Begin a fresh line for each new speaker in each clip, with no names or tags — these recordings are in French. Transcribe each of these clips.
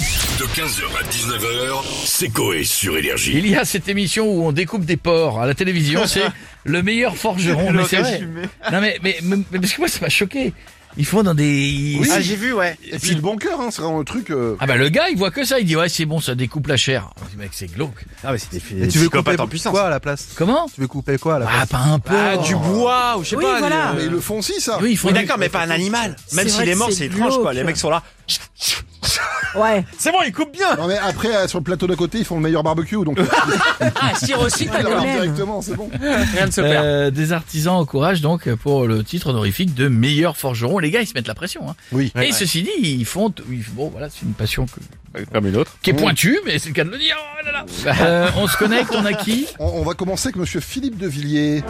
De 15h à 19h, c'est Coé sur Énergie.
Il y a cette émission où on découpe des porcs à la télévision, c'est le meilleur forgeron. Mais c'est vrai. Non mais, mais, mais- mais parce que moi ça m'a choqué. Ils font dans des...
Ah, j'ai vu, ouais.
Et puis le bon cœur, hein, c'est vraiment le truc. euh,
Ah bah le gars il voit que ça, il dit ouais c'est bon ça découpe la chair. On dit, Mec c'est glauque.
Ah, mais c'était
Et tu veux couper
en puissance.
quoi à la place
Comment
Tu veux couper quoi à la
Ah
place
pas un porc.
bois ou je sais
Oui, voilà.
Mais ils le font aussi ça.
Oui ils font
Oui, d'accord, mais pas un animal. Même
C'est
s'il
vrai
est
que
mort,
c'est
c'est étrange, quoi.
glauque.
Les mecs sont là.
Ouais.
C'est bon, ils coupent bien.
Non mais après euh, sur le plateau d'à côté, ils font le meilleur barbecue donc. Ah, aussi
pas le même.
directement, c'est bon.
Rien ne se
Euh, des artisans encouragent donc pour le titre honorifique de meilleur forgeron. Les gars, ils se mettent la pression. Hein.
Oui.
Et ceci dit, ils font. t- ils- bon, voilà, c'est une passion que, qui
Mmh.
est pointue, mais c'est le cas de le dire. Oh là là. Euh, on se connecte, on a qui
On, on va commencer avec Monsieur Philippe de Villiers.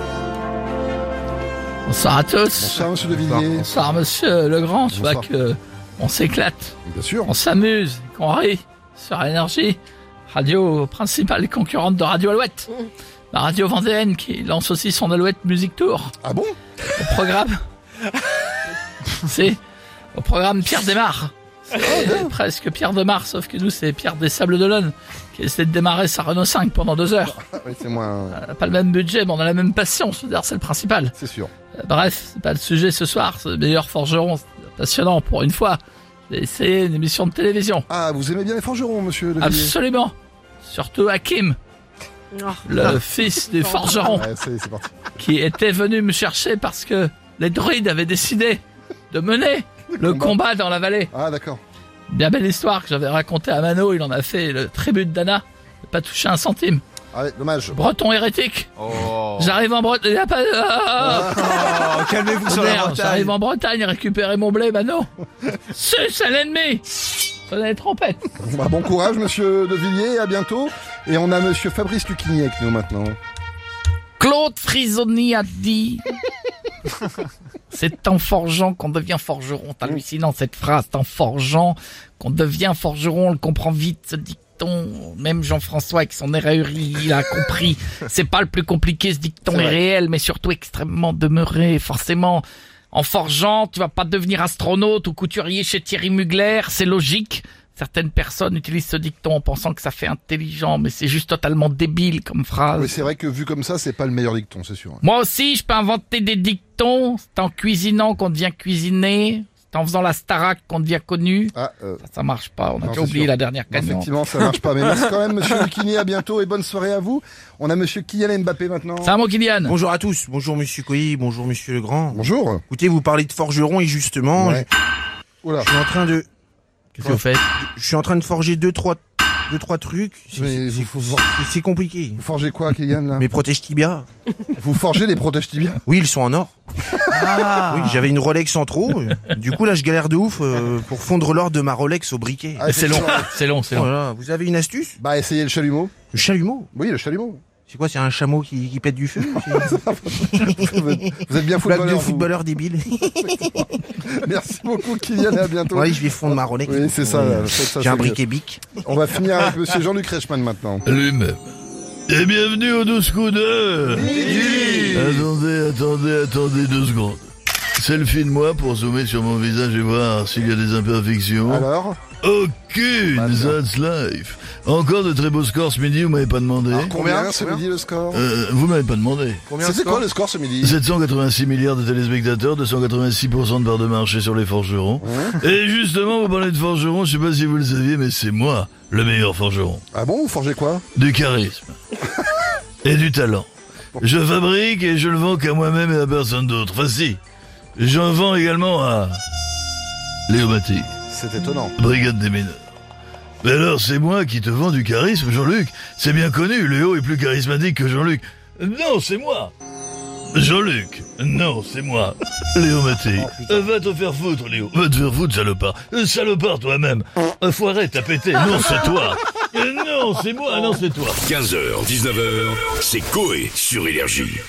Bonsoir à tous.
Bonsoir Monsieur de Villiers.
Bonsoir, monsieur Legrand. Tu vois
Bonsoir.
que on s'éclate,
Bien sûr.
on s'amuse, qu'on rit sur énergie. Radio principale concurrente de Radio Alouette. La radio vendéenne qui lance aussi son Alouette Music Tour.
Ah bon
Au programme. c'est au programme Pierre Desmar. C'est presque Pierre Demar, sauf que nous c'est Pierre des Sables d'Olonne qui essaie de démarrer sa Renault 5 pendant deux heures.
Ah, oui, C'est moins.
On n'a pas le même budget, mais on a la même passion, c'est-à-dire c'est le principal.
C'est sûr.
Euh, Bref, c'est pas le sujet ce soir, c'est le meilleur forgeron, c'est passionnant pour une fois. J'ai essayé une émission de télévision,
Ah vous aimez bien les forgerons Monsieur de Villiers.
absolument. Surtout Hakim, le fils des forgerons.
Ouais, c'est c'est parti.
qui était venu me chercher parce que les druides avaient décidé de mener le
combat.
combat dans la vallée.
Ah d'accord.
Bien belle histoire que j'avais racontée à Mano, il en a fait le tribut de Dana. Il n'a Pas touché un centime.
Ah ouais, dommage.
Breton hérétique. J'arrive en Bretagne. Il a pas. Ah,
Oh, calmez-vous sur la
merde,
Bretagne.
J'arrive en Bretagne récupérer mon blé, bah Mano. Sus à l'ennemi. Sonnez les trompettes.
Bon, bah, bon courage Monsieur de Villiers. À bientôt. Et on a Monsieur Fabrice Lucchini avec nous maintenant.
Claude Frisoni a dit C'est en forgeant qu'on devient forgeron. C'est hallucinant cette phrase. C'est en forgeant qu'on devient forgeron. On le comprend vite, ce dicton. Même Jean-François, avec son éraillerie, il a compris. C'est pas le plus compliqué, ce dicton est, réel, mais surtout extrêmement demeuré. Forcément, en forgeant, tu vas pas devenir astronaute ou couturier chez Thierry Mugler. C'est logique. Certaines personnes utilisent ce dicton en pensant que ça fait intelligent, mais c'est juste totalement débile comme phrase.
Oui c'est vrai que vu comme ça, c'est pas le meilleur dicton, c'est sûr.
Moi aussi, je peux inventer des dictons. C'est en cuisinant qu'on devient cuisiné. C'est en faisant la starac qu'on devient connu.
Ah. euh,
Ça, ça marche pas. On a
Non,
déjà
c'est
oublié
sûr.
la dernière
Non,
gagnante.
Effectivement, ça marche pas. Mais merci quand même, monsieur Lucchini. À bientôt et bonne soirée à vous. On a monsieur Kylian Mbappé maintenant.
C'est un mot, Kylian.
Bonjour à tous, bonjour Monsieur Coy, bonjour Monsieur Legrand.
Bonjour.
Écoutez, vous parlez de forgeron et justement,
Ouais. Oula.
je, je suis en train de,
Qu'est-ce que vous faites
je suis en train de forger deux trois, deux trois trucs. C'est-
Mais
c'est-
vous, vous-
c'est- C'est compliqué.
vous forgez quoi, Kylian, là
Mes protèges tibia,
Vous forgez les protèges tibias
oui, ils sont en or. Oui, j'avais une Rolex en trop. euh, Du coup, là, je galère de ouf euh, pour fondre l'or de ma Rolex au briquet.
Ah,
C'est long,
effectivement.
c'est long, c'est long.
Voilà. Vous avez une astuce
Bah, essayez le chalumeau.
Le chalumeau.
Oui, le chalumeau.
C'est quoi C'est un chameau qui, qui pète du feu C'est
Vous êtes vous êtes bien
Blague de
footballeur. vous.
footballeur débile.
Merci beaucoup, Kylian, et à bientôt.
Ouais, je vais fondre ma Rolex.
Oui, c'est ça, là, faites ça,
J'ai un
c'est
briquet bic.
On va finir avec monsieur Jean-Luc Reichmann maintenant.
Lui-même. Et bienvenue au 12 coups de...
Attendez, attendez, attendez deux secondes. Selfie de moi pour zoomer sur mon visage et voir s'il y a des imperfections.
Alors
Aucune, that's life. Encore de très beaux scores ce midi, vous m'avez pas demandé.
Combien ce midi le score
Euh, vous m'avez pas demandé.
C'était quoi le score ce midi
786 milliards de téléspectateurs, 286% de part de marché sur les forgerons. Et justement, vous parlez de forgerons, je sais pas si vous le saviez, mais c'est moi, le meilleur forgeron
Ah bon, vous forgez quoi
du charisme et du talent. Je fabrique et je le vends qu'à moi-même et à personne d'autre. Enfin si, j'en vends également à Léomatique,
C'est étonnant.
brigade des mineurs. Mais alors c'est moi qui te vends du charisme, Jean-Luc. C'est bien connu, Léo est plus charismatique que Jean-Luc. Non, c'est moi. Jean-Luc, non, c'est moi. Léo Maté. va te faire foutre, Léo. Va te faire foutre, salopard. Euh, salopard toi-même. Euh, Foiré, t'as pété. Non, c'est toi. Euh, Non, c'est moi. Non, c'est Ah toi.
15h, 19h, c'est Coé sur Énergie.